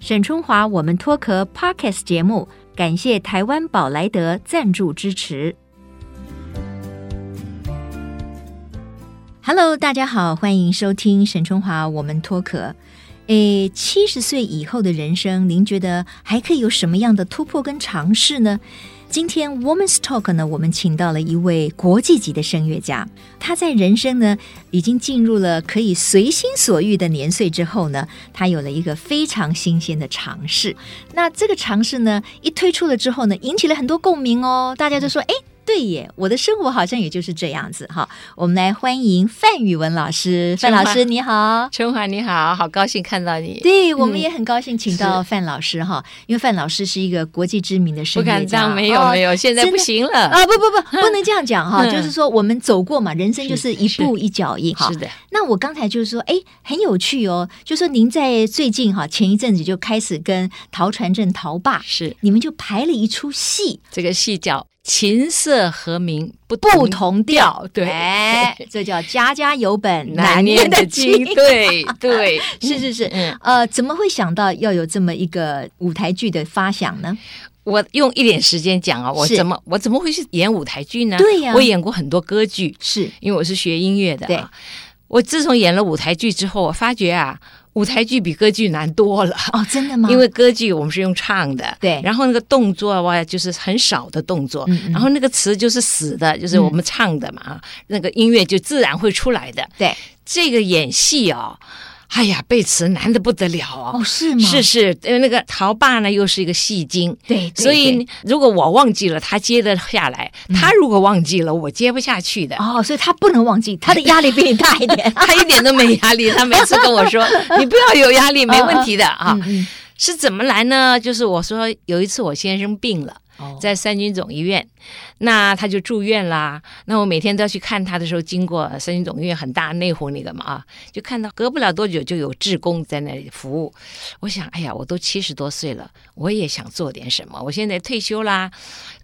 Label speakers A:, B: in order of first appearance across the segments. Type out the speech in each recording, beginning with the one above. A: 沈春华，我们脱壳 Pockets 节目，感谢台湾宝莱德赞助支持。Hello，大家好，欢迎收听沈春华，我们脱壳。诶，七十岁以后的人生，您觉得还可以有什么样的突破跟尝试呢？今天 Woman's Talk 呢，我们请到了一位国际级的声乐家，他在人生呢已经进入了可以随心所欲的年岁之后呢，他有了一个非常新鲜的尝试。那这个尝试呢，一推出了之后呢，引起了很多共鸣哦，大家就说，哎。对耶，我的生活好像也就是这样子哈。我们来欢迎范宇文老师，范老师你好，
B: 春华你好，好高兴看到你。
A: 对，我们也很高兴请到范老师哈，因为范老师是一个国际知名的声
B: 不
A: 乐
B: 敢
A: 家，
B: 当，没有、
A: 哦
B: 没有，现在不行了。
A: 啊，不不 不，不能这样讲哈，
B: 嗯
A: 就是说我们走过嘛，人生就是
B: 是
A: 一步
B: 是
A: 一脚印哈
B: 是。的，
A: 那我刚才就是说，哎，很有趣哦，就说您在最近哈，前一阵子就开始跟陶传正陶爸，
B: 是
A: 你们就排了一出戏，
B: 这个戏叫“琴瑟和鸣不
A: 不同调
B: 调”，，对，
A: 哎，这叫家家有本
B: 难念的经， 对对，
A: 是是是。
B: 嗯，
A: 呃，怎么会想到要有这么一个舞台剧的发想呢？
B: 我用一点时间讲啊，我
A: 是
B: 怎么我怎么会去演舞台剧呢？
A: 对呀
B: 我演过很多歌剧，
A: 是
B: 因为我是学音乐的、啊。
A: 对，
B: 我自从演了舞台剧之后，我发觉啊，舞台剧比歌剧难多了。
A: 哦，真的吗？
B: 因为歌剧我们是用唱的，
A: 对
B: 然后那个动作哇，就是很少的动作，
A: 嗯嗯
B: 然后那个词就是死的，就是我们唱的嘛，啊，那个音乐就自然会出来的。
A: 对
B: 这个演戏哦，哎呀，背词难的不得了哦，
A: 哦，是吗？
B: 是是，呃，那个陶爸呢又是一个戏精。
A: 对，对
B: 所
A: 对嗯
B: 以，如果我忘记了，他接得下来；他如果忘记了，我接不下去的。。
A: 哦，所以他不能忘记，他的压力比你大一点
B: 他一点都没压力，他每次跟我 说：“你不要有压力，没问题的啊。
A: 嗯
B: 是怎么来呢？就是我说有一次我先生病了，
A: 嗯，
B: 在三军总医院，那他就住院啦。那我每天都要去看他的时候，经过呃三军总医院很大内湖那个嘛啊，就看到隔不了多久就有志工在那里服务。我想，哎呀，我都七十多岁了，我也想做点什么。我现在退休啦，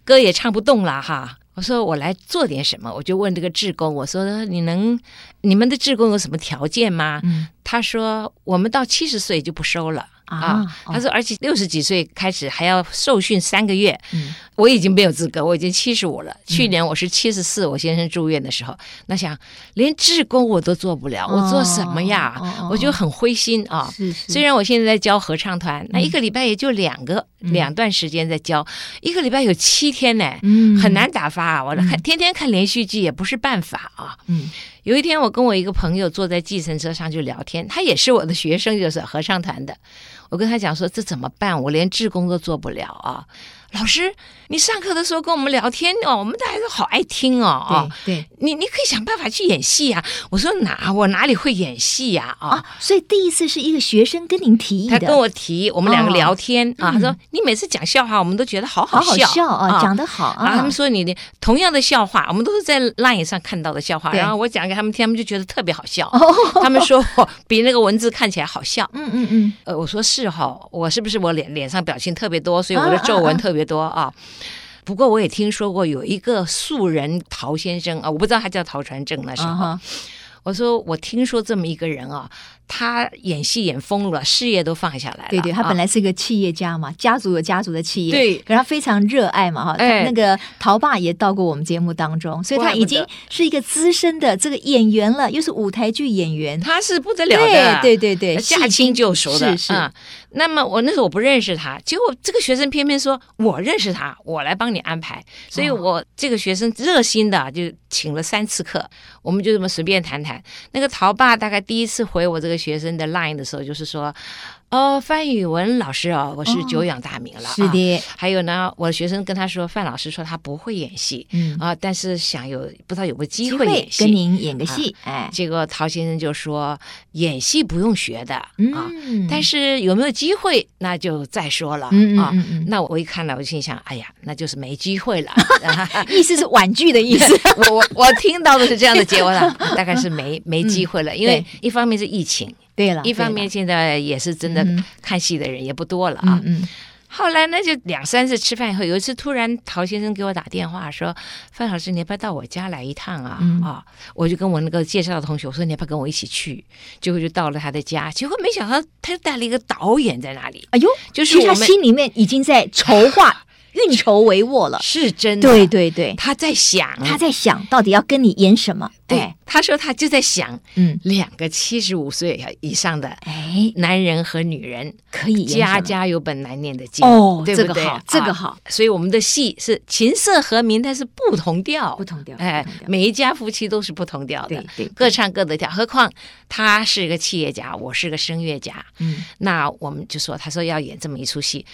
B: 歌也唱不动啦哈。我说我来做点什么，我就问这个志工，我说你能你们的志工有什么条件吗？
A: 嗯
B: 他说我们到七十岁就不收了。
A: 啊，哦
B: 他说，而且六十几岁开始还要受训三个月，
A: 嗯
B: 我已经没有资格，我已经七十五了。去年我是七十四，我先生住院的时候，那想连志工我都做不了，我做什么呀？
A: 哦哦哦
B: 我就很灰心啊。
A: 是是，
B: 虽然我现在在教合唱团，那一个礼拜也就两个、
A: 嗯
B: 两段时间在教，一个礼拜有七天呢，
A: 嗯
B: 很难打发啊。我
A: 嗯
B: 看天天看连续剧也不是办法啊。
A: 嗯
B: 有一天，我跟我一个朋友坐在计程车上就聊天，他也是我的学生，就是合唱团的。我跟他讲说，这怎么办？我连志工都做不了啊！老师，你上课的时候跟我们聊天哦，我们大家都好爱听哦啊！
A: 对对
B: 你你可以想办法去演戏呀、我说哪我哪里会演戏呀啊？
A: 啊，所以第一次是一个学生跟您提议
B: 他
A: 的，
B: 跟我提，我们两个
A: 哦
B: 聊天、啊，他
A: 嗯
B: 说你每次讲笑话，我们都觉得好
A: 好好
B: 笑
A: 笑啊，讲得好
B: 然后他
A: 啊
B: 们，说你的同样的笑话，我们都是在 LINE 上看到的笑话，
A: 对
B: 然后我讲给他们听，他们就觉得特别好笑。
A: 哦
B: 他们说我比那个文字看起来好笑。
A: 嗯嗯嗯，
B: 呃，我说是哈、我是不是我脸脸上表情特别多，所以我的
A: 啊啊
B: 皱
A: 啊
B: 纹特别多啊？不过我也听说过有一个素人陶先生啊，我不知道他叫陶传正那时候。
A: 啊哈，
B: 我说我听说这么一个人啊，他演戏演疯了，事业都放下来了。啊
A: 对对，他本
B: 来、
A: 来是个企业家嘛，家族有家族的企业，
B: 对
A: 可是他非常热爱嘛哈，
B: 哎
A: 那个陶爸也到过我们节目当中，所以他
B: 怪不
A: 已经
B: 得
A: 是一个资深的这个演员了，又是舞台剧演员，
B: 他是不得了的，
A: 对对对对，
B: 驾
A: 戏精
B: 轻就熟的，
A: 是是，
B: 嗯那么我那时候我不认识他，结果这个学生偏偏说我认识他，我来帮你安排。所以
A: 哦
B: 我这个学生热心的就请了三次课，我们就这么随便谈谈。那个陶爸大概第一次回我这个学生的 line 的时候，就是说，哦，范宇文老师哦，我是
A: 哦
B: 久仰大名了、啊
A: 是的，
B: 还有呢，我的学生跟他说，范老师说他不会演戏
A: 嗯，
B: 啊、但是想有不知道有没有机
A: 机
B: 会啊
A: 会
B: 演戏。
A: 跟您演个戏，哎，
B: 结果陶先生就说，演戏不用学的、啊，
A: 嗯，
B: 但是有没有机会，那就再说了、
A: 嗯
B: 啊。
A: 嗯嗯
B: 那我一看了，我心想，哎呀，那就是没机会 了。
A: 嗯，意思是婉拒的意思，
B: 我我我听到的是这样的结 果了，大概是没没机会了，因为
A: 嗯对
B: 一方面是疫情，
A: 对了，
B: 一方
A: 对了
B: 面现在也是真的
A: 嗯
B: 看戏的人也不多了啊。
A: 嗯嗯，
B: 后来呢，就两三次吃饭以后，有一次突然陶先生给我打电话说：“范老师，你要不要到我家来一趟啊？”
A: 嗯
B: 啊，我就跟我那个介绍的同学我说：“你要不要跟我一起去？”结果就到了他的家，结果没想到他就带了一个导演在那里，
A: 哎呦，
B: 就是
A: 其实
B: 我
A: 他
B: 们
A: 心里面已经在筹 划、运筹帷幄了。
B: 是真的，
A: 对，对对，
B: 他在想，
A: 他在想到底要跟你演什么？
B: 嗯对
A: 哎，
B: 他说他就在想
A: 嗯，
B: 两个七十五岁以上的
A: 哎，
B: 男人和女人，
A: 可以演
B: 家
A: 什么？
B: 家有本难念的经
A: 哦，
B: 对
A: 这
B: 不
A: 个
B: 对
A: 好，这个
B: 啊
A: 好，
B: 所以我们的戏是琴瑟和鸣，但是不同调，
A: 不同调，
B: 哎
A: 不同，调
B: 每一家夫妻都是不同调的
A: 对，对，
B: 各唱各的调。何况他是一个企业家，我是个声乐家，
A: 嗯，
B: 那我们就说，他说要演这么一出戏，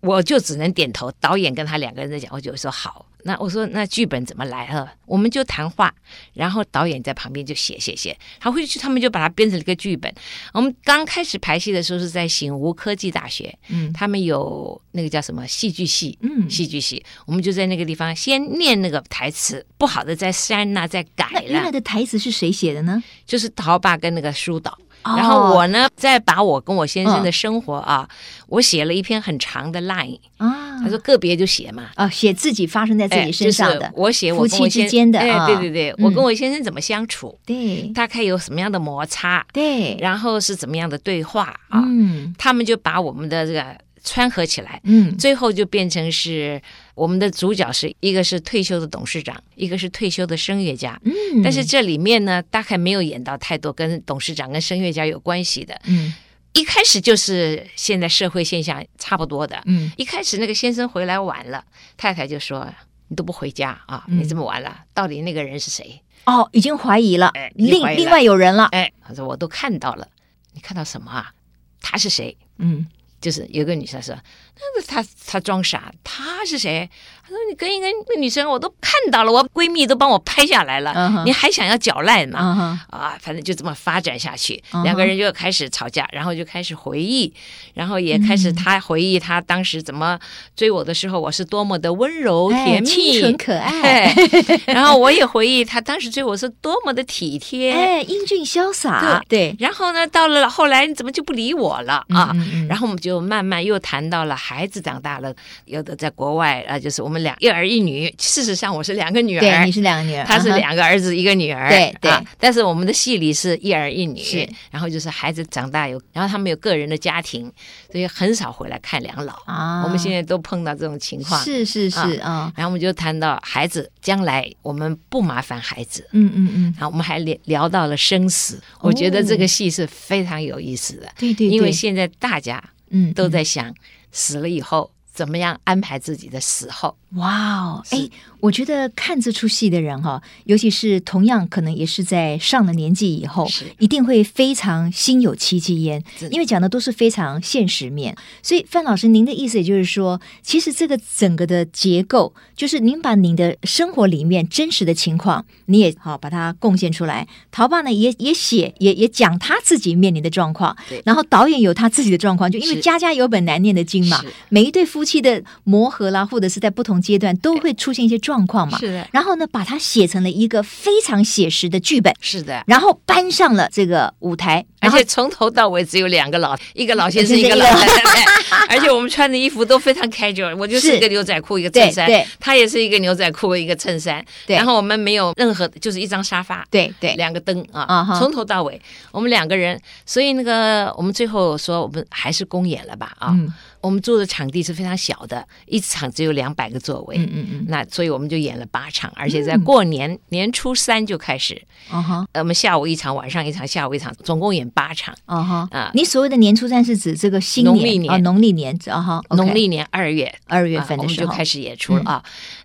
B: 我就只能点头。导演跟他两个人在讲，我就说好。那我说那剧本怎么来了？我们就谈话，然后导演在旁边就写写写，他回去他们就把它编成了一个剧本。我们刚开始排戏的时候是在醒吾科技大学，
A: 嗯
B: 他们有那个叫什么戏剧系，
A: 嗯
B: 戏剧系，我们就在那个地方先念那个台词，不好的再删呐、再改
A: 那原来
B: 了，
A: 的台词是谁写的呢？
B: 就是陶爸跟那个疏导。然后
A: 哦嗯
B: 我呢，再把我跟我先生的生活啊，我写了一篇很长的 line，
A: 啊，
B: 他说个别就写嘛。
A: 哦，写自己发生在自
B: 哎
A: 己身上的
B: 就是、，我写我跟我
A: 夫妻之
B: 先
A: 间的啊
B: 哎，对对对，
A: 嗯
B: 我跟我先生怎么相处，
A: 对
B: 大概有什么样的摩擦，
A: 对，
B: 然后是怎么样的对话啊，
A: 嗯
B: 他们就把我们的这个穿合起来，
A: 嗯，
B: 最后就变成是我们的主角是一个是退休的董事长，一个是退休的声乐家，
A: 嗯
B: 但是这里面呢，大概没有演到太多跟董事长跟声乐家有关系的，
A: 嗯
B: 一开始就是现在社会现象差不多的。
A: 嗯
B: 一开始那个先生回来晚了，太太就说：“你都不回家啊，
A: 嗯
B: 你这么晚了，到底那个人是谁
A: 哦，已经怀疑了
B: 哎，已经
A: 另
B: 怀疑了
A: 另外有人？”了，
B: 哎，他说：“我都看到了，你看到什么啊？他是谁？”
A: 嗯
B: 就是有个女生说：“那个他他装傻，他是谁？”他说：“你跟一个女生我都看到了，我闺蜜都帮我拍下来了，
A: 嗯哼
B: 啊你还想要搅烂吗？”
A: 啊哈，
B: 啊，反正就这么发展下去
A: 嗯哼，
B: 两个人就开始吵架，然后就开始回忆，然后也开始
A: 嗯
B: 他回忆他当时怎么追我的时候，我是多么的温柔
A: 哎
B: 甜
A: 清纯
B: 蜜，
A: 可爱，
B: 哎， 然后我也回忆他当时追我是多么的体贴，
A: 哎，英俊潇洒，对
B: 然后呢，到了后来你怎么就不理我了啊？
A: 嗯嗯嗯
B: 然后我们就慢慢又谈到了孩子长大了，有的在国外啊，就是我们俩一儿一女。事实上，我是两个女儿，
A: 对，你是两个女儿，
B: 他是
A: 啊哈，
B: 两个儿子一个女儿，
A: 对对
B: 啊但是我们的戏里是一儿一女，
A: 是
B: 然后就是孩子长大有，然后他们有个人的家庭，所以很少回来看两老。
A: 啊，
B: 我们现在都碰到这种情况，
A: 是是是啊，
B: 然后我们就谈到孩子将来我们不麻烦孩子。
A: 嗯嗯嗯，
B: 然后我们还聊聊到了生死，我觉得这个戏是非常有意思的，
A: 哦对对，
B: 因为
A: 对
B: 现在大家
A: 嗯
B: 都
A: 嗯
B: 在想死了以后怎么样安排自己的死后。
A: 哇哦，
B: 是
A: 哎，我觉得看这出戏的人哈、尤其是同样可能也是在上了年纪以后
B: 是，
A: 一定会非常心有戚戚焉
B: 真，的
A: 因为讲的都是非常现实面。所以范老师，您的意思也就是说，其实这个整个的结构，就是您把您的生活里面真实的情况，你也好把它贡献出来。陶爸呢，也也写，也也讲他自己面临的状况
B: 对，
A: 然后导演有他自己的状况，就因为
B: 是
A: 家家有本难念的经嘛
B: 是，
A: 每一对夫妻的磨合啦，或者是在不同阶段都会出现一些状况嘛。
B: 是的，
A: 然后呢，把它写成了一个非常写实的剧本，
B: 是的。
A: 然后搬上了这个舞台，
B: 而
A: 然后
B: 且从头到尾只有两个老，一个老先生，
A: 一
B: 一
A: 个
B: 个老 太太。而且我们穿的衣服都非常 casual，我就是
A: 是
B: 一个牛仔裤，一个
A: 对
B: 衬衫
A: 对，
B: 他也是一个牛仔裤，一个衬衫。
A: 对
B: 然后我们没有任何，就是一张沙发，
A: 对对
B: 两个灯
A: 啊
B: 啊
A: 哈，
B: 从头到尾我们两个人。所以那个我们最后说，我们还是公演了吧啊
A: 嗯？
B: 我们住的场地是非常小的，一场只有两百个座位。
A: 嗯嗯嗯，
B: 那所以我们就演了八场，而且在过年年初三就开始，
A: 哦哈
B: 呃我们下午一场，晚上一场，下午一场，总共演八场。
A: 哦哈
B: 啊
A: 你所谓的年初三是指这个新
B: 农历
A: 年
B: 年
A: 啊、农历年啊哈，
B: 农历年二月
A: 二月
B: 啊
A: 份
B: 我
A: 的
B: 们
A: 时
B: 就
A: 候，
B: 开始演
A: 嗯
B: 出了啊。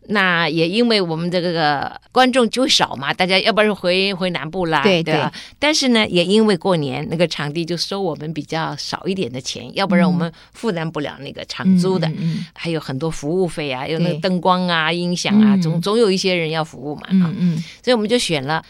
B: 那也因为我们这个观众就少嘛，大家要不然回回南部啦，
A: 对
B: 吧？但是呢，也因为过年那个场地就收我们比较少一点的钱，要不然我们负担不了那个场租的。
A: 嗯嗯
B: 还有很多服务费啊，有那
A: 对
B: 个灯光啊、音响啊，
A: 嗯
B: 总总有一些人要服务嘛、
A: 嗯
B: 啊，
A: 嗯嗯
B: 所以我们就选了。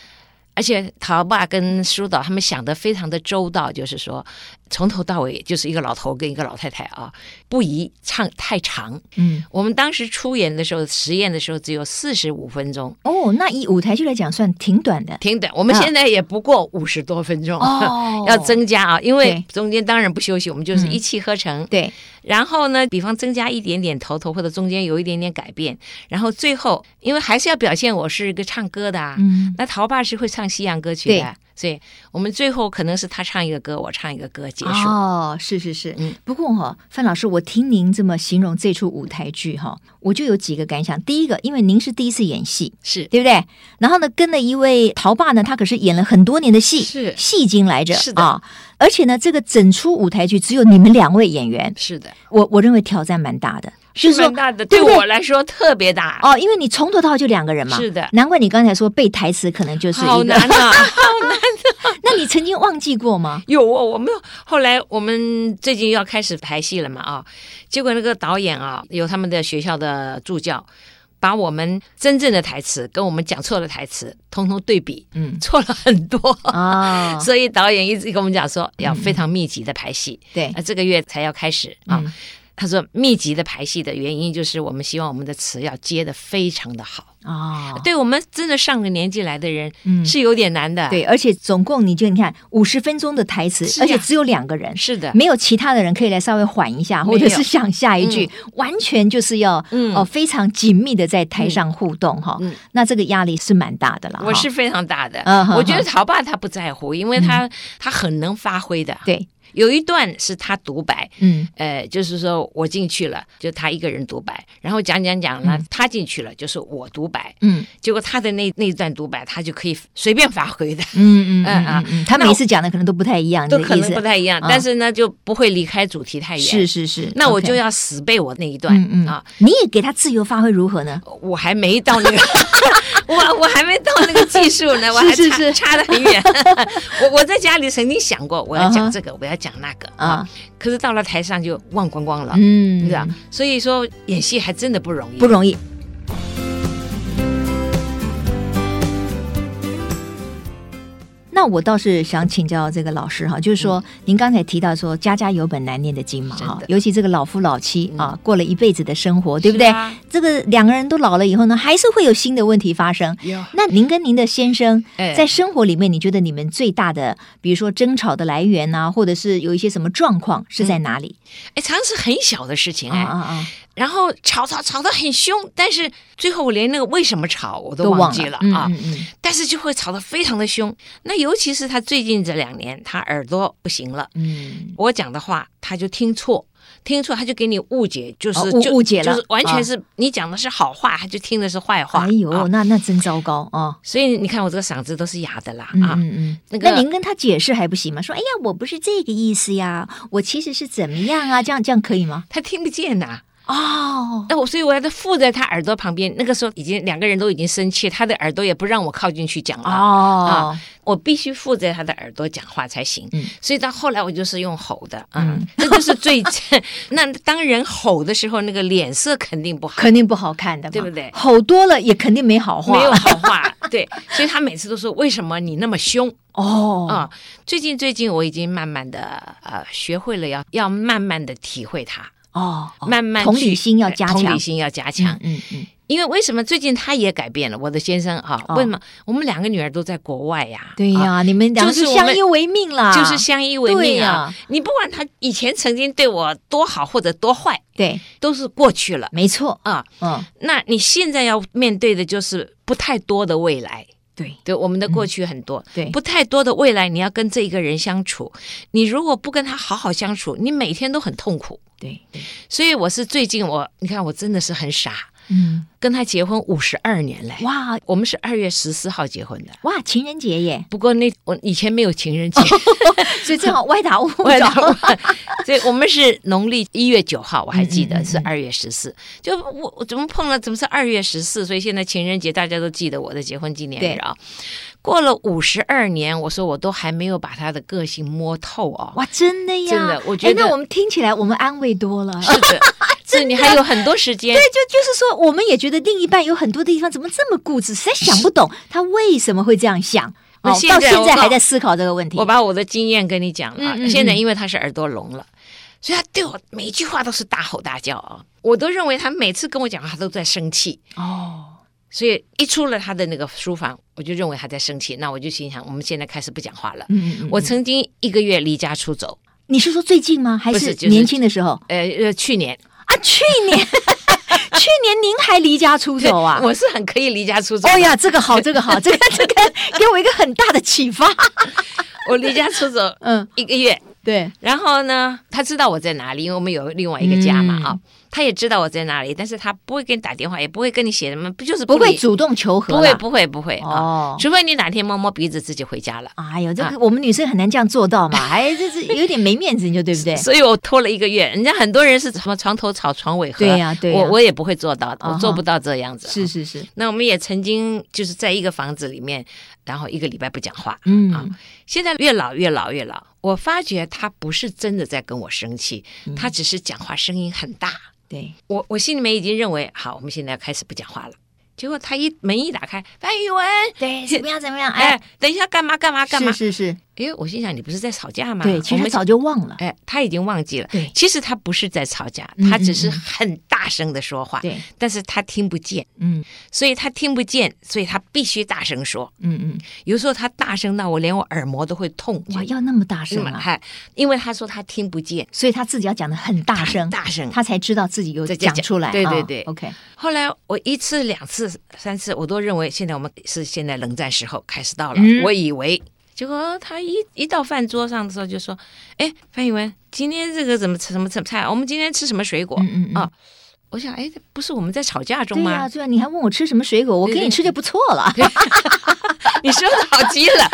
B: 而且陶爸跟疏导他们想的非常的周到，就是说，从头到尾就是一个老头跟一个老太太啊，不宜唱太长。
A: 嗯，
B: 我们当时出演的时候，实验的时候只有四十五分钟，
A: 哦，那以舞台剧来讲算挺短 的
B: 挺短。我们
A: 啊
B: 现在也不过五十多分钟，
A: 哦
B: 要增加啊，因为
A: 对
B: 中间当然不休息，我们就是
A: 嗯
B: 一气呵成。
A: 对，
B: 然后呢，比方增加一点点头头，或者中间有一点点改变，然后最后，因为还是要表现我是一个唱歌的啊，
A: 嗯
B: 那陶爸是会唱西洋歌曲的，所以我们最后可能是他唱一个歌，我唱一个歌结束。
A: 哦，是是是，
B: 嗯
A: 不过哈、范老师，我听您这么形容这出舞台剧哈、我就有几个感想。第一个，因为您是第一次演戏，
B: 是
A: 对不对？然后呢，跟了一位陶爸呢，他可是演了很多年的戏，
B: 是
A: 戏精来着，
B: 是的
A: 啊。而且呢，这个整出舞台剧只有你们两位演员，
B: 是的，
A: 我我认为挑战蛮大的，就是
B: 蛮
A: 说
B: 大的，
A: 对
B: 对
A: 不对
B: 我来说特别大，
A: 哦，因为你从头到尾就两个人嘛，
B: 是的
A: 难怪你刚才说背台词可能就是
B: 好
A: 一个
B: 难，啊！
A: 那你曾经忘记过吗？
B: 有哦，我们后来我们最近要开始排戏了嘛啊，结果那个导演啊，有他们的学校的助教，把我们真正的台词跟我们讲错的台词，通通对比，
A: 嗯，
B: 错了很多。
A: 哦，
B: 所以导演一直跟我们讲说，要非常密集的排戏，
A: 对
B: 啊，这个月才要开始啊。
A: 嗯
B: 他说密集的排戏的原因就是我们希望我们的词要接的非常的好，
A: 哦，
B: 对我们真的上了年纪来的人
A: 嗯
B: 是有点难的，
A: 对，而且总共你就你看五十分钟的台词，
B: 是呀啊
A: 而且只有两个人，
B: 是的，
A: 没有其他的人可以来稍微缓一下，
B: 没
A: 或者
B: 有
A: 是想下一句，完全就是要
B: 嗯
A: 哦非常紧密的在台上互动哈、
B: 嗯
A: 那这个压力是蛮大的了。哈
B: 我是非常大的
A: 啊嗯，
B: 我觉得陶爸他不在乎，因为他他很能发挥的。
A: 对，
B: 有一段是他独白，
A: 嗯
B: 呃，就是说我进去了，就他一个人独白，然后讲讲讲呢，他进去了，就是我独白，
A: 嗯
B: 结果他的那那一段独白，他就可以随便发挥的，
A: 嗯嗯嗯
B: 嗯
A: 嗯
B: 啊
A: 嗯，他
B: 那
A: 每次讲的可能都不太一样，
B: 都
A: 你
B: 可
A: 的意
B: 能不
A: 思
B: 太一样，
A: 啊
B: 但是呢，就不会离开主题太远。
A: 是，是是，
B: 那我就
A: OK
B: 要死背我那一段
A: 嗯嗯
B: 啊，
A: 你也给他自由发挥如何呢？
B: 我还没到那个， 我我还没到那个技术呢，我还差
A: 是是是
B: 差得很远。 我我在家里曾经想过，我要
A: 啊哈
B: 讲这个，我要讲那个啊
A: 啊，
B: 可是到了台上就忘光光了，
A: 嗯，
B: 你知道？所以说演戏还真的不容易，
A: 不容易。那我倒是想请教这个老师哈，就是说、您刚才提到说家家有本难念的经嘛
B: 真
A: 哈
B: 嗯的，
A: 尤其这个老夫老妻、
B: 嗯
A: 啊，过了一辈子的生活，对不对？
B: 是啊
A: 这个两个人都老了以后呢，还是会有新的问题发生。
B: 有
A: 那您跟您的先生
B: 哎
A: 在生活里面，你觉得你们最大的，比如说争吵的来源啊，或者是有一些什么状况是在哪里？
B: 哎，常常是很小的事情
A: 啊
B: 哎，
A: 啊啊！
B: 然后吵吵吵得很凶，但是最后我连那个为什么吵我都忘记了
A: 嗯
B: 啊，
A: 嗯嗯
B: 但是就会吵得非常的凶。那尤其是他最近这两年，他耳朵不行了，
A: 嗯，
B: 我讲的话他就听错，听错他就给你误解，就是、
A: 哦误
B: 就
A: 误解了
B: 就是完全是、你讲的是好话，他就听的是坏
A: 哎
B: 话。
A: 呦，
B: 啊
A: 那那真糟糕啊！
B: 所以你看我这个嗓子都是哑的啦、啊。
A: 嗯嗯嗯，
B: 那个
A: 那您跟他解释还不行吗？说哎呀，我不是这个意思呀，我其实是怎么样啊？这样这样可以吗？
B: 他听不见呐、
A: 哦，
B: 那我所以我要附在他耳朵旁边。那个时候已经两个人都已经生气，他的耳朵也不让我靠近去讲了。
A: 哦，
B: 我必须附着他的耳朵讲话才行。
A: 嗯
B: 所以到后来我就是用吼的，嗯，
A: 嗯
B: 这就是最那当人吼的时候，那个脸色肯定不好，
A: 肯定不好看的嘛，
B: 对不对
A: 吼多了也肯定没好话，
B: 没有好话， 对，所以他每次都说为什么你那么凶
A: 哦，
B: 啊、最近最近我已经慢慢的呃学会了要要慢慢的体会他，
A: 哦，哦
B: 慢慢
A: 同
B: 去哎
A: 理心要加强，
B: 同理心要加强，
A: 嗯嗯嗯，
B: 因为为什么最近他也改变了？我的先生啊，
A: 哦
B: 为什么我们两个女儿都在国外呀？
A: 对
B: 啊
A: 呀、你们俩
B: 就是我们
A: 相依为命啦，
B: 就是相依为
A: 啊对
B: 命
A: 呀、
B: 啊！你不管他以前曾经对我多好或者多坏，
A: 对，
B: 都是过去了
A: 没错，
B: 啊。
A: 嗯，
B: 那你现在要面对的就是不太多的未来。
A: 对
B: 对我们的过去很多，
A: 对
B: 不太多的未来，你要跟这一个人相处，你如果不跟他好好相处，你每天都很痛苦。
A: 对，对
B: 所以我是最近我，你看我真的是很傻，
A: 嗯，
B: 跟他结婚五十二年嘞，
A: 哇
B: 我们是二月十四号结婚的，
A: 哇，情人节 耶，
B: 不过那我以前没有情人节，
A: 所以正好歪打误
B: 我 也
A: 撞，
B: 所以我们是农历一月九号，我还记
A: 嗯嗯
B: 得
A: 嗯
B: 是二月十四、就我我怎么碰了，怎么是二月十四？所以现在情人节大家都记得我的结婚纪念日啊。过了五十二年，我说我都还没有把他的个性摸透哦。
A: 哇，真的呀！
B: 真的我觉
A: 哎
B: 得
A: 那我们听起来我们安慰多了。
B: 是的，这你还有很多时间
A: 对，。就就是说，我们也觉得另一半有很多地方怎么这么固执，实在想不懂他为什么会这样想。我
B: 哦
A: 到现
B: 现在我
A: 在还
B: 告
A: 在思考这个问题
B: 我。把我的经验跟你讲了啊，
A: 嗯嗯嗯
B: 现在因为他是耳朵聋了，所以他对我每一句话都是大吼大叫啊，我都认为他每次跟我讲话他都在生气，
A: 哦，
B: 所以一出了他的那个书房，我就认为他在生气，那我就心想，我们现在开始不讲话了。
A: 嗯，嗯
B: 我
A: 嗯
B: 曾经一个月离家出走，
A: 你是说最近吗？还
B: 不是
A: 是
B: 就是
A: 年轻的时候
B: 呃呃，去年
A: 啊？去年， 去年您还离家出走啊？
B: 我是很可以离家出走，
A: 哦呀，这个好，这个好，这个 这个给我一个很大的启 发。
B: 我离家出走
A: 嗯，
B: 一个月，
A: 对，
B: 然后呢，他知道我在哪里，因为我们有另外一个家
A: 嗯
B: 嘛啊，他也知道我在哪里，但是他不会给你打电话，也不会跟你写什么，不就是
A: 不会
B: 理
A: 主动求和
B: 不
A: 啦，
B: 会不会不会啊，
A: 哦。
B: 除非你哪天摸摸鼻子自己回家了。
A: 哎呦，这
B: 啊
A: 个我们女生很难这样做到嘛，哎，这是有点没面子，你说对不对？
B: 所以我拖了一个月，人家很多人是什么床头吵床尾和，
A: 对呀对呀
B: 我我也不会做到，
A: 啊哈
B: 我做不到这样子。啊
A: 是，是是，
B: 那我们也曾经就是在一个房子里面，然后一个礼拜不讲话。啊
A: 嗯，
B: 现在越老越老越老，我发觉他不是真的在跟我生气，
A: 嗯
B: 他只是讲话声音很大。
A: 对，
B: 我我心里面已经认为，好，我们现在要开始不讲话了。结果他一门一打开，范宇文，
A: 对，怎么样怎么样？哎，
B: 哎，等一下干嘛干嘛干嘛？
A: 是是是，
B: 因为我心想，你不是在吵架吗？
A: 对，其
B: 我
A: 实
B: 们
A: 早就忘了，
B: 哎，他已经忘记了。
A: 对
B: 其实他不是在吵架，
A: 嗯
B: 他只是很大声的说话，
A: 对，
B: 但是他听不见，
A: 嗯
B: 所以他听不见，所以他必须大声说。
A: 嗯嗯，
B: 有时候他大声到我连我耳膜都会痛，
A: 哇，
B: 就
A: 要那么大
B: 那
A: 声
B: 么
A: 啊！
B: 嗨，哎因为他说他听不见，
A: 所以他自己要讲的很大声，
B: 大声。
A: 他才知道自己有
B: 在
A: 讲
B: 讲
A: 出来。
B: 对对
A: 啊
B: 对
A: ，OK，
B: 后来我一次、两次、三次，我都认为现在我们是现在冷战时候开始到了，
A: 嗯
B: 我以为。结果他一一到饭桌上的时候就说：“哎，范宇文，今天这个怎么吃什么什么菜？我们今天吃什么水果？”
A: 嗯嗯嗯
B: 啊我想，哎，不是我们在吵架中
A: 对
B: 吗？
A: 呀、对呀、你还问我吃什么水果，我
B: 对
A: 给你
B: 对
A: 吃就不错了。
B: 你说的好极了，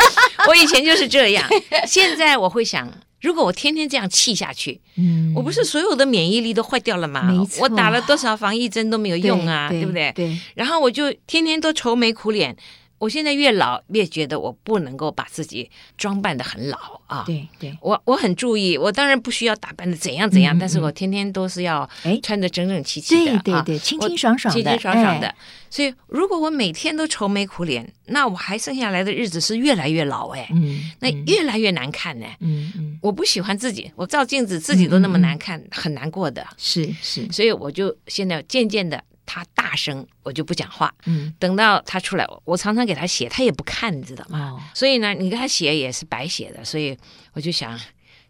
B: 我以前就是这样。现在我会想，如果我天天这样气下去，
A: 嗯
B: 我不是所有的免疫力都坏掉了吗
A: 没？错
B: 我打了多少防疫针都没有
A: 对
B: 用啊，
A: 对
B: 不对？
A: 对，
B: 然后我就天天都愁眉苦脸。我现在越老越觉得我不能够把自己装扮的很老啊。
A: 对对，
B: 我我很注意，我当然不需要打扮的怎样怎样，
A: 嗯嗯
B: 但是我天天都是要
A: 哎
B: 穿的整整齐齐的
A: 对对
B: 啊
A: 对，清
B: 我
A: 清爽爽的，
B: 清清爽爽的。
A: 哎
B: 所以，如果我每天都愁眉苦脸，那我还剩下来的日子是越来越老哎，
A: 嗯，
B: 那
A: 嗯
B: 越来越难看呢。
A: 嗯嗯，
B: 我不喜欢自己，我照镜子自己都那么难看，很难过的。
A: 是是，
B: 所以我就现在渐渐的，他大声，我就不讲话。
A: 嗯
B: 等到他出来，我我常常给他写，他也不看，你知道吗？
A: 哦，
B: 所以呢，你给他写也是白写的。所以我就想，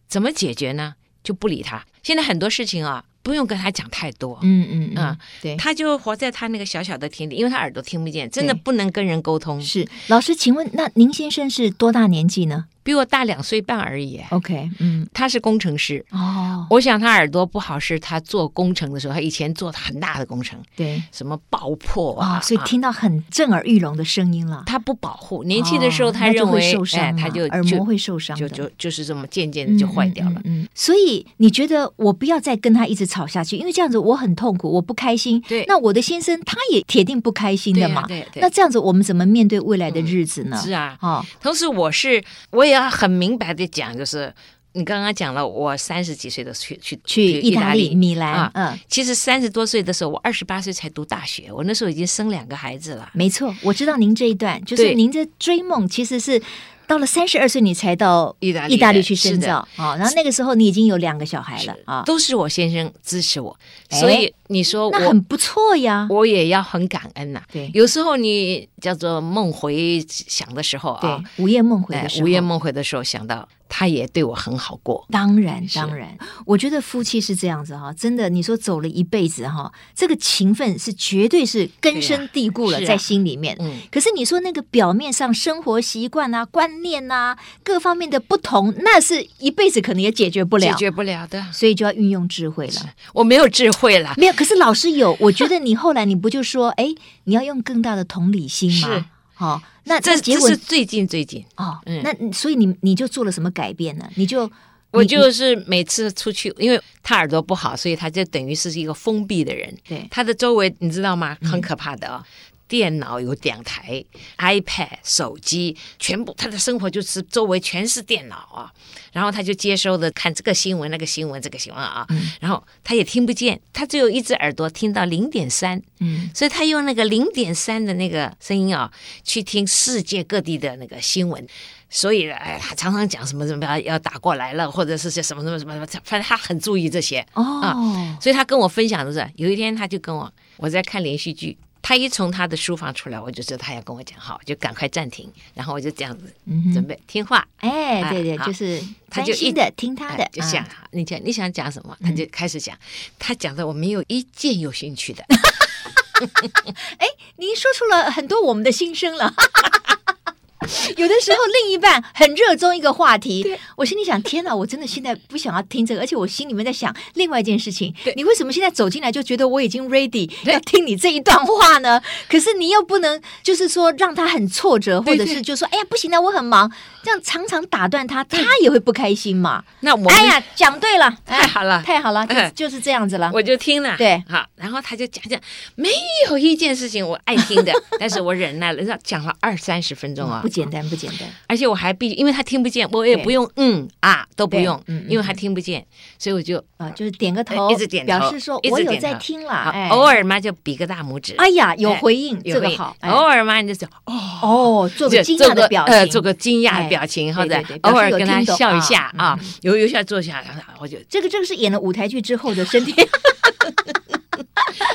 B: 怎么解决呢？就不理他。现在很多事情啊，不用跟他讲太多。
A: 嗯嗯嗯
B: 啊，
A: 对。
B: 他就活在他那个小小的天地，因为他耳朵听不见，真的
A: 对
B: 不能跟人沟通。
A: 是老师，请问那您先生是多大年纪呢
B: 比我大两岁半而已，
A: ？OK，嗯，
B: 他是工程师。
A: 哦，
B: 我想他耳朵不好是他做工程的时候，他以前做很大的工程，
A: 对，
B: 什么爆破啊，
A: 哦，所以
B: 啊
A: 听到很震耳欲聋的声音了。
B: 他不保护。年轻的时候
A: 哦
B: 他
A: 那就
B: 认
A: 会
B: 为，
A: 受伤
B: 哎，
A: 了
B: 他就
A: 耳
B: 就
A: 膜会受伤
B: 就
A: 的，
B: 就就是这么渐渐的就坏掉了。
A: 嗯嗯嗯嗯所以你觉得我不要再跟他一直吵下去，因为这样子我很痛苦，我不开心。
B: 对
A: 那我的先生他也铁定不开心
B: 对
A: 的
B: 呀
A: 嘛。
B: 对呀对呀
A: 那这样子我们怎么面对未来的日子呢？
B: 是啊，
A: 哦，
B: 同时我是我也要很明白的讲，就是你刚刚讲了，我三十几岁的去去
A: 去意大利米兰，
B: 啊
A: 嗯，
B: 其实三十多岁的时候，我二十八岁才读大学，我那时候已经生两个孩子了。
A: 没错，我知道您这一段，就是
B: 对
A: 您的追梦其实是到了三十二岁你才到
B: 意大利
A: 意大利去
B: 是
A: 深
B: 的
A: 造啊、哦然后那个时候你已经有两个小孩了啊、
B: 都是我先生支持我，
A: 哎
B: 所以你说
A: 那很
B: 我
A: 不错呀。
B: 我也要很感恩呐、
A: 对
B: 有时候你叫做梦回想的时候
A: 对
B: 啊，，
A: 午夜梦回的
B: 哎
A: 时候，
B: 午夜梦回的时候想到他也对我很好过，
A: 当然，
B: 是
A: 当然，我觉得夫妻是这样子哈，真的，你说走了一辈子哈，这个情分是绝对是根深蒂固了
B: 对呀是啊
A: 在心里面。
B: 嗯，
A: 可是你说那个表面上生活习惯啊、观念呐、各方面的不同，那是一辈子可能也解决不
B: 解
A: 了，
B: 决不了的，
A: 所以就要运用智慧了。
B: 我没有智慧了，
A: 没有，可是老师有，我觉得你后来你不就说，哎，你要用更大的同理心
B: 是
A: 吗？好、那
B: 这
A: 那结
B: 这
A: 果
B: 是最近最近，
A: 哦，
B: 嗯
A: 那你所以你你就做了什么改变呢？你就
B: 我
A: 你
B: 就是每次出去，因为他耳朵不好，所以他就等于是一个封闭的人，
A: 对
B: 他的周围你知道吗？很可怕的啊、电脑，有两台 iPad、手机，全部他的生活就是周围全是电脑啊。然后他就接收的看这个新闻、那个新闻、这个新闻啊，
A: 嗯
B: 然后他也听不见，他只有一只耳朵听到零点三，
A: 嗯，
B: 所以他用那个零点三的那个声音啊，去听世界各地的那个新闻。所以，哎，他常常讲什么什么要打过来了，或者是些什么什么什么什么，反正他很注意这些。
A: 哦，
B: 所以他跟我分享的是，有一天他就跟我，我在看连续剧，他一从他的书房出来，我就知道他要跟我讲，好，就赶快暂停，然后我就这样子
A: 嗯
B: 准
A: 哼，
B: 备、听话，
A: 哎，
B: 啊
A: 对对，
B: 好
A: 就是
B: 他
A: 专
B: 就
A: 心
B: 一
A: 的听他的
B: 哎，就想、
A: 啊
B: 你讲你想讲什么，
A: 嗯
B: 他就开始讲，他讲的我没有一件有兴趣的，
A: 您说出了很多我们的心声了。 有的时候，另一半很热衷一个话题，我心里想：天哪，我真的现在不想要听这个，而且我心里面在想另外一件事情
B: 对。
A: 你为什么现在走进来就觉得我已经 ready
B: 对
A: 要听你这一段话 呢？可是你又不能就是说让他很挫折，或
B: 对
A: 者
B: 对
A: 是就说：哎呀，不行了，我很忙，这样常常打断他，他也会不开心嘛。
B: 那我们、
A: 哎呀，讲对了，
B: 太
A: 哎，
B: 好了。
A: 太好了，就
B: 哎
A: 就是这样子了。
B: 我就听了，
A: 对
B: 好，然后他就讲讲，没有一件事情我爱听 的，但是我忍耐了，那讲了二三十分钟啊、
A: 不简单，不简单。
B: 而且我还必须，因为他听不见，我也
A: 对
B: 不用嗯啊都不
A: 对
B: 用，
A: 嗯嗯
B: 因为他听不见，所以我就
A: 啊，就是点个
B: 哎
A: 头，
B: 一直点头
A: 表示说
B: 一直
A: 我有
B: 点
A: 在
B: 头
A: 听
B: 好
A: 啦，哎，
B: 啊偶，尔嘛就比个大拇指，
A: 哎呀，有
B: 哎
A: 回应，
B: 有
A: 这个
B: 回应
A: 好，哎
B: 偶尔嘛你就哦。
A: 哦，做个
B: 就
A: 惊讶的表情，
B: 呃，做个惊讶的表情，
A: 哎
B: 或者
A: 对对对表
B: 偶
A: 示
B: 尔
A: 有
B: 跟他
A: 听懂
B: 笑一下
A: 啊
B: 啊，有有笑坐下，然后我就
A: 这个这个是演了舞台剧之后的身体。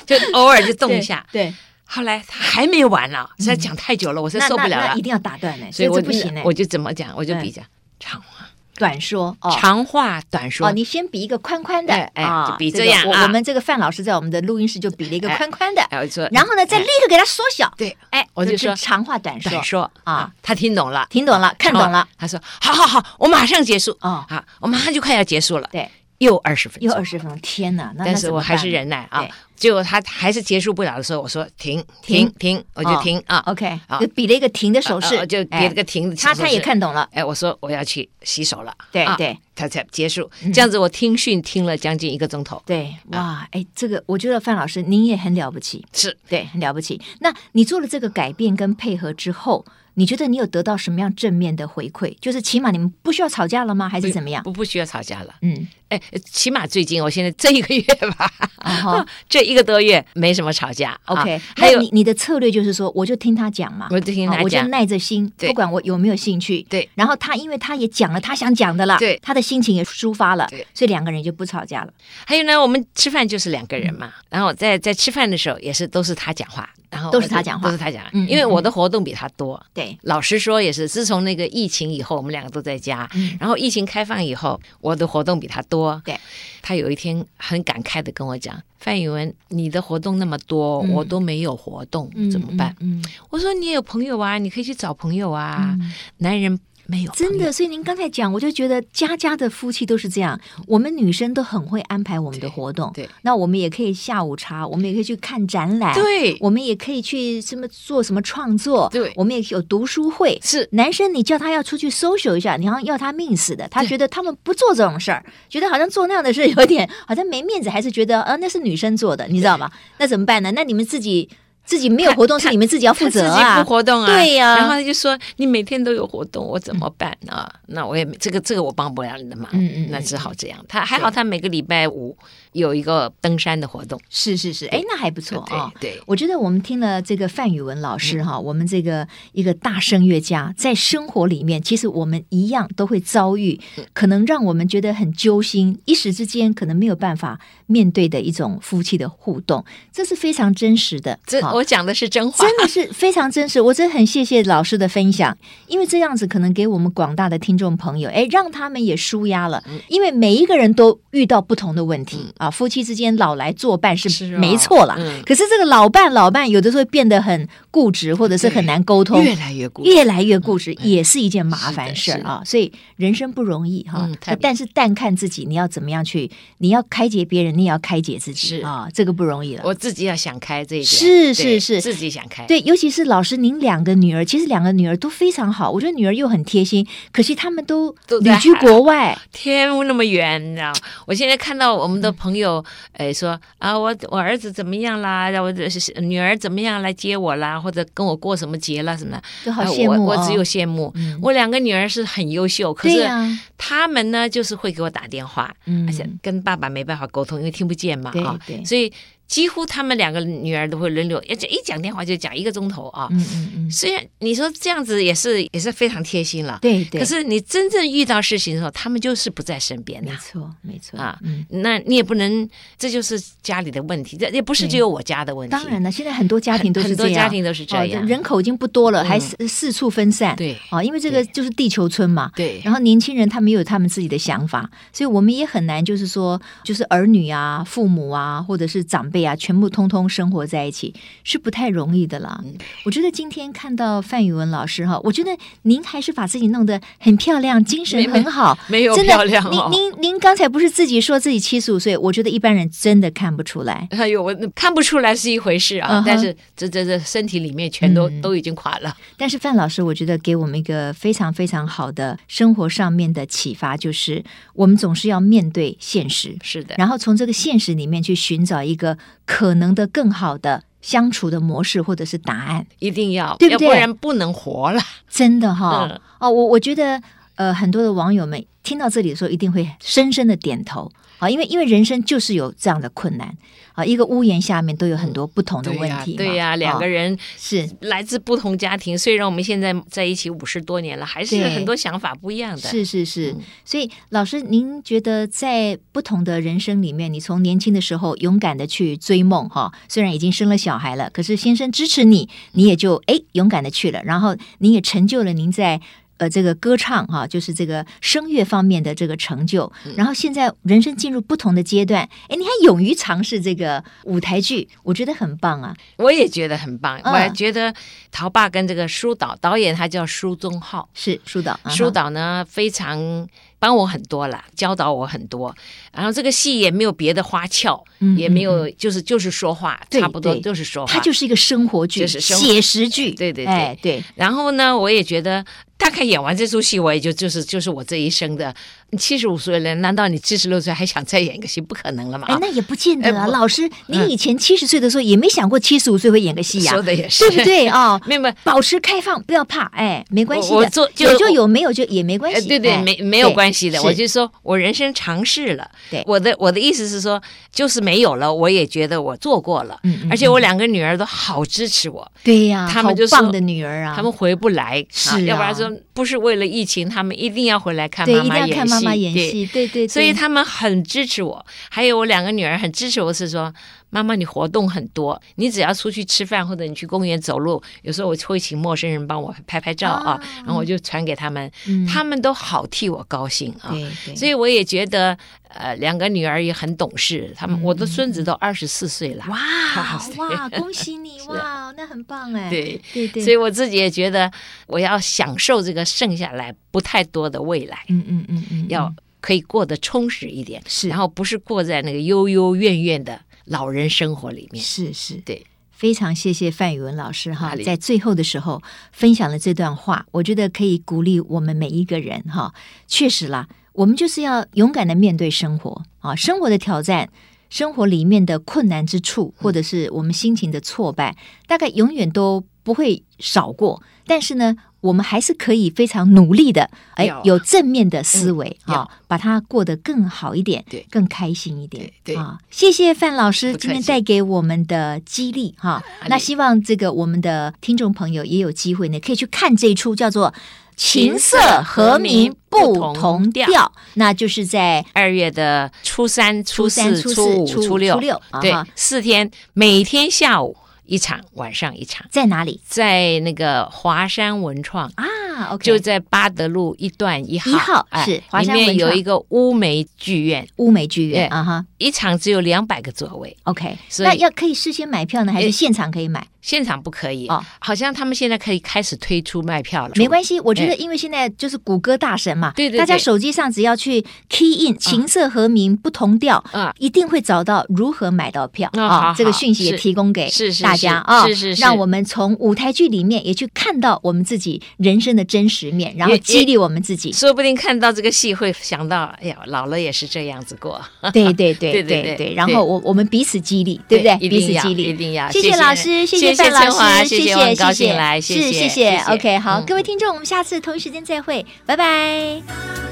B: 就偶尔就动一下
A: 对，嗯
B: 后来他还没完呢，实在讲太久了，我实
A: 那
B: 在受不
A: 那
B: 了
A: 那
B: 了
A: 一，定要打断呢，
B: 所以
A: 这
B: 我
A: 这不行呢，哎
B: 我就怎么讲，我就
A: 嗯
B: 比较长话
A: 短说哦。
B: 长话短说
A: 哦，，你先比一个宽宽的
B: 哎哎
A: 啊
B: 就比
A: 这
B: 这样
A: 个我
B: 啊
A: 我们这个范老师在我们的录音室就比了一个
B: 哎
A: 宽宽的，
B: 然后说，
A: 然后呢，再
B: 哎
A: 立刻给它缩小。
B: 对，
A: 哎，
B: 我就是说
A: 长话短说
B: 短说
A: 啊，
B: 他听懂了，
A: 听懂了
B: 啊
A: 看懂了，
B: 他说好好好，我马上结束
A: 哦
B: 啊，我马上就快要结束了，
A: 对，
B: 又二十分钟，
A: 又二，十分钟，天哪！那
B: 但是我还是。
A: 那怎么办
B: 忍耐啊
A: 对，
B: 结果他还是结束不了的时候，我说停停停，我就停啊，
A: OK，
B: 啊
A: 就比了一个停的哦手势，
B: 啊啊就
A: 哎
B: 别了个停，
A: 他他也
B: 手势。
A: 看懂了，
B: 哎，我说我要去洗手了，
A: 对
B: 啊
A: 对，嗯
B: 他才结束。这样子，我听训听了将近一个钟头，
A: 对，
B: 啊
A: 哇，哎，这个我觉得范老师您也很了不起，
B: 是
A: 对，很了不起。那你做了这个改变跟配合之后，你觉得你有得到什么样正面的回馈？就是起码你们不需要吵架了吗？还是怎么样？
B: 哎不不需要吵架了。
A: 嗯，
B: 哎，起码最近我现在这一个月吧，
A: 啊哈
B: 这一个多月没什么吵架。啊
A: ，OK。
B: 还有
A: 那你你的策略就是说，我就听他讲嘛，
B: 我就听他
A: 啊我就
B: 讲
A: 耐着心，
B: 对
A: 不管我有没有兴趣。
B: 对。
A: 然后他因为他也讲了他想讲的了，
B: 对
A: 他的心情也抒发了
B: 对，
A: 所以两个人就不吵架了。
B: 还有呢，我们吃饭就是两个人嘛，然后在在吃饭的时候也是都是他讲话，然后
A: 嗯都是
B: 我就
A: 他讲话
B: 都是他讲
A: 嗯，
B: 因为我的活动比他多。
A: 对，
B: 老实说，也是自从那个疫情以后，我们两个都在家，
A: 嗯
B: 然后疫情开放以后，我的活动比他多。
A: 对，
B: 他有一天很感慨的跟我讲：“范宇文，你的活动那么多，
A: 嗯
B: 我都没有活动，
A: 嗯
B: 怎么办？”？
A: 嗯，嗯
B: 我说：“你也有朋友啊，你可以去找朋友啊。
A: 嗯
B: 男人没有，
A: 真。的，所以您刚才讲，我就觉得家家的夫妻都是这样，我们女生都很会安排我们的活动。
B: 对对
A: 那我们也可以下午茶，我们也可以去看展览，，
B: 对，
A: 我们也可以去什么做什么创作，
B: 对
A: 我们也有读书会。
B: 是
A: 男生，你叫他要出去 social 一下，你好像要他命似的。他觉得他们不做这种事儿，觉得好像做那样的事有点好像没面子，还是觉得呃那是女生做的，你知道吗？那怎么办呢？那你们自己自己没有 活动是你们自己要负责
B: 他自己
A: 啊
B: 不。活动啊，
A: 对呀
B: 然后他就说：“你每天都有活动，我怎么办啊？”那我也没这个这个我帮不了你的忙，
A: 嗯嗯嗯
B: 那只好这样。他还好，他每个礼拜五有一个登山的活动，
A: 是是是，哎，那还不错啊。
B: 呃对对，
A: 我觉得我们听了这个范宇文老师哈，我们这个一个大声乐家，在生活里面，其实我们一样都会遭遇，可能让我们觉得很揪心，一时之间可能没有办法面对的一种夫妻的互动，这是非常真实的。
B: 这
A: 好
B: 我讲的是真话，
A: 真的是非常真实，我真的很谢谢老师的分享，因为这样子可能给我们广大的听众朋友，哎，让他们也舒压了。因为每一个人都遇到不同的问题、啊，夫妻之间老来作伴
B: 是
A: 是
B: 啊
A: 没错啦。
B: 嗯
A: 可是这个老伴老伴有的时候变得很固执，或者是很难沟通。
B: 越来越孤独。
A: 越来越固执也是一件麻烦事
B: 是
A: 儿
B: 的
A: 啊，所以人生不容易哈
B: 嗯太。不
A: 但是但看自己，你要怎么样去，你要开解别人，你也要开解自己
B: 是
A: 啊，这个不容易了。
B: 我自己要想开这一点，
A: 是是
B: 对
A: 是
B: 自己想开。
A: 对，尤其是老师，您两个女儿，其实两个女儿都非常好，我觉得女儿又很贴心，可惜她们都
B: 都
A: 旅
B: 在哎
A: 居
B: 海
A: 国 外，
B: 天那么远，你知道？我现在看到我们的朋
A: 嗯
B: 友，哎，说啊，我我儿子怎么样啦？然后我的女儿怎么样来接我啦？啦，或者跟我过什么节啦什么的，
A: 都好
B: 啊
A: 羡慕、哦
B: 我我只有羡慕。
A: 嗯
B: 我两个女儿是很优秀，可
A: 对
B: 是哎
A: 呀、
B: 他们呢，就是会给我打电话，
A: 嗯
B: 而且跟爸爸没办法沟通，因为听不见嘛
A: 对
B: 啊，
A: 对
B: 所以几乎他们两个女儿都会轮流，一讲一讲电话就讲一个钟头啊。
A: 嗯嗯嗯，
B: 虽然你说这样子也是也是非常贴心了，
A: 对对，
B: 可是你真正遇到事情的时候，他们就是不在身边的
A: 没。错没错
B: 啊
A: 嗯，
B: 那你也不能，这就是家里的问题，这也不是
A: 对
B: 只有我家的问题。
A: 当然了，现在很多家庭都是
B: 很
A: 这
B: 多
A: 样，
B: 家庭都是这样。
A: 哦，人口已经不多了，
B: 嗯
A: 还四四处分散，
B: 对
A: 哦，因为这个
B: 对
A: 就是地球村嘛。
B: 对
A: 然后年轻人他们也有他们自己的想法，所以我们也很难就是说，就是儿女啊、父母啊，或者是长辈啊，全部通通生活在一起是不太容易的
B: 嗯
A: 啦。我觉得今天看到范宇文老师哈，我觉得您还是把自己弄得很漂亮，精神
B: 没没
A: 很 好。
B: 没有
A: 真
B: 漂
A: 的，
B: 亮哦。
A: 您您您刚才不是自己说自己七十五岁？我觉得一般人真的看不出来。
B: 哎呦，我看不出来是一回事啊
A: 嗯哼
B: 但是这这这身体里面全都、
A: 嗯
B: 都已经垮了。
A: 但是范老师，我觉得给我们一个非常非常好的生活上面的启发，就是我们总是要面对现实，
B: 是的，
A: 然后从这个现实里面去寻找一个可能的更好的相处的模式或者是答案。
B: 一定要，
A: 对不对
B: 要不然不能活了。
A: 真的哈、
B: 嗯
A: 哦，我我觉得呃，很多的网友们听到这里的时候，一定会深深的点头啊，因为因为人生就是有这样的困难啊，一个屋檐下面都有很多不同的
B: 对
A: 问
B: 呀、
A: 题嘛、
B: 对呀、两个
A: 人、
B: 人
A: 是
B: 来自不同家庭，虽然我们现在在一起五十多年了，还是
A: 对
B: 很多想法不一样的。
A: 是是是
B: 嗯，
A: 所以老师，您觉得在不同的人生里面，你从年轻的时候勇敢的去追梦哈，虽然已经生了小孩了，可是先生支持你，你也就哎勇敢的去了，然后您也成就了您在。呃，这个歌唱哈、就是这个声乐方面的这个成就。
B: 嗯
A: 然后现在人生进入不同的阶段，哎，你还勇于尝试这个舞台剧，我觉得很棒啊！
B: 我也觉得很棒，
A: 嗯
B: 我还觉得陶爸跟这个舒导导演，他叫舒宗浩。
A: 是疏导，啊哈
B: 疏导呢非常帮我很多啦，教导我很多。然后这个戏也没有别的花俏，
A: 嗯
B: 也没有就是就是说话，
A: 对
B: 差不多
A: 对
B: 就是说话。
A: 它就是一个生活剧、
B: 就是生活
A: 写实剧，
B: 对对对
A: 哎对，
B: 然后呢，我也觉得大概演完这出戏，我也就就是就是我这一生的七十五岁了，难道你七十六岁还想再演一个戏？不可能了嘛！
A: 哎
B: 啊，
A: 那也不见得啊。
B: 哎不
A: 老师，您
B: 嗯
A: 以前七十岁的时候也没想过七十五岁会演个戏呀、啊
B: 说的也是，
A: 对不？对啊？
B: 没有没有。
A: 保持开放，不要怕，哎，没关系
B: 我我
A: 的，
B: 做就是
A: 有就
B: 我
A: 有，没有就也没关
B: 呃
A: 系。，
B: 对对，
A: 哎
B: 没没有
A: 对
B: 关系的。
A: 是
B: 我就说我人生尝试了，
A: 对
B: 我的我的意思是说，就是没有了，我也觉得我做过了，
A: 嗯嗯
B: 而且我两个女儿都好支持我，
A: 对呀、
B: 他们
A: 好
B: 就说
A: 棒的女儿啊，
B: 他们回不来，
A: 是
B: 要不
A: 啊
B: 然说不是为了疫情，他们一定要回来看
A: 对
B: 妈
A: 一定
B: 妈
A: 要看妈妈演
B: 对
A: 戏，对对对，
B: 所以他们很支持我，还有我两个女儿很支持我，是说妈妈你活动很多，你只要出去吃饭或者你去公园走路，有时候我会请陌生人帮我拍拍照啊，
A: 啊
B: 然后我就传给他们，
A: 嗯
B: 他们都好替我高兴啊。
A: 对对，
B: 所以我也觉得，呃，两个女儿也很懂事，他们、我的孙子都二十四岁了，
A: 嗯哇
B: 塞
A: 哇，恭喜 你哇，那很棒哎，
B: 对。
A: 对对，
B: 所以我自己也觉得，我要享受这个剩下来不太多的未来，
A: 嗯嗯嗯嗯，
B: 要可以过得充实一点，
A: 是
B: 然后不是过在那个悠悠怨怨的老人生活里面。
A: 是是，
B: 对，
A: 非常谢谢范宇文老师哈
B: 哪，里
A: 在最后的时候分享了这段话，我觉得可以鼓励我们每一个人哈。确实啦，我们就是要勇敢的面对生活啊，生活的挑战。生活里面的困难之处，
B: 嗯
A: 或者是我们心情的挫败，大概永远都不会少过。但是呢，我们还是可以非常努力的，哎
B: 要，
A: 有正面的思维
B: 嗯
A: 啊、把它过得更好一点，
B: 对
A: 更开心一点，
B: 对对
A: 啊。谢谢范老师
B: 不客
A: 今天
B: 气
A: 带给我们的激励哈。那希望这个我们的听众朋友也有机会呢，可以去看这一出叫做《琴瑟和鸣不同调》，那就是在
B: 二月的初三、初
A: 初三、
B: 四、
A: 初
B: 五、
A: 四、
B: 初
A: 五、
B: 六，
A: 初六啊
B: 对
A: 哈，
B: 四天，每天下午一场，晚上一场，
A: 在哪里
B: 在那个华山文创。
A: 啊？OK，
B: 就在八德路一段一号，
A: 一号
B: 哎
A: 是华山
B: 里
A: 文
B: 面
A: 创
B: 有一个乌梅剧院，
A: 乌梅剧院
B: 对
A: 啊哈。
B: 一场只有两百个座位，
A: OK，
B: 所以
A: 那要可以事先买票呢，还是
B: 哎
A: 现场可以买？
B: 现场不可以。
A: 哦
B: 好像他们现在可以开始推出卖票了，
A: 没关系，我觉得
B: 哎
A: 因为现在就是谷歌大神嘛，
B: 对对对
A: 大家手机上只要去 key in“ 琴瑟和鸣不同调”，
B: 啊
A: 一定会找到如何买到票
B: 啊好
A: 这个
B: 好
A: 讯息也
B: 是
A: 提供给
B: 是是
A: 大
B: 是
A: 家啊，
B: 是是是
A: 让我们从舞台剧里面也去看到我们自己人生的真实面，然后
B: 也
A: 激励我们自 己。
B: 说不定看到这个戏会想到，哎呀，老了也是这样子过，
A: 对对对
B: 对对
A: 对
B: 对
A: 然后我我们彼此激励，对不对？彼
B: 一定
A: 此
B: 要
A: 激
B: 一
A: 励。
B: 定要。
A: 谢谢老师，
B: 谢
A: 谢范
B: 春华
A: 老师，
B: 谢
A: 谢
B: 谢，
A: 谢
B: 我很高
A: 谢
B: 兴来，
A: 是
B: 谢
A: 谢
B: 谢
A: OK，好，
B: 嗯
A: 各位听众，我们下次同一时间再会，拜拜。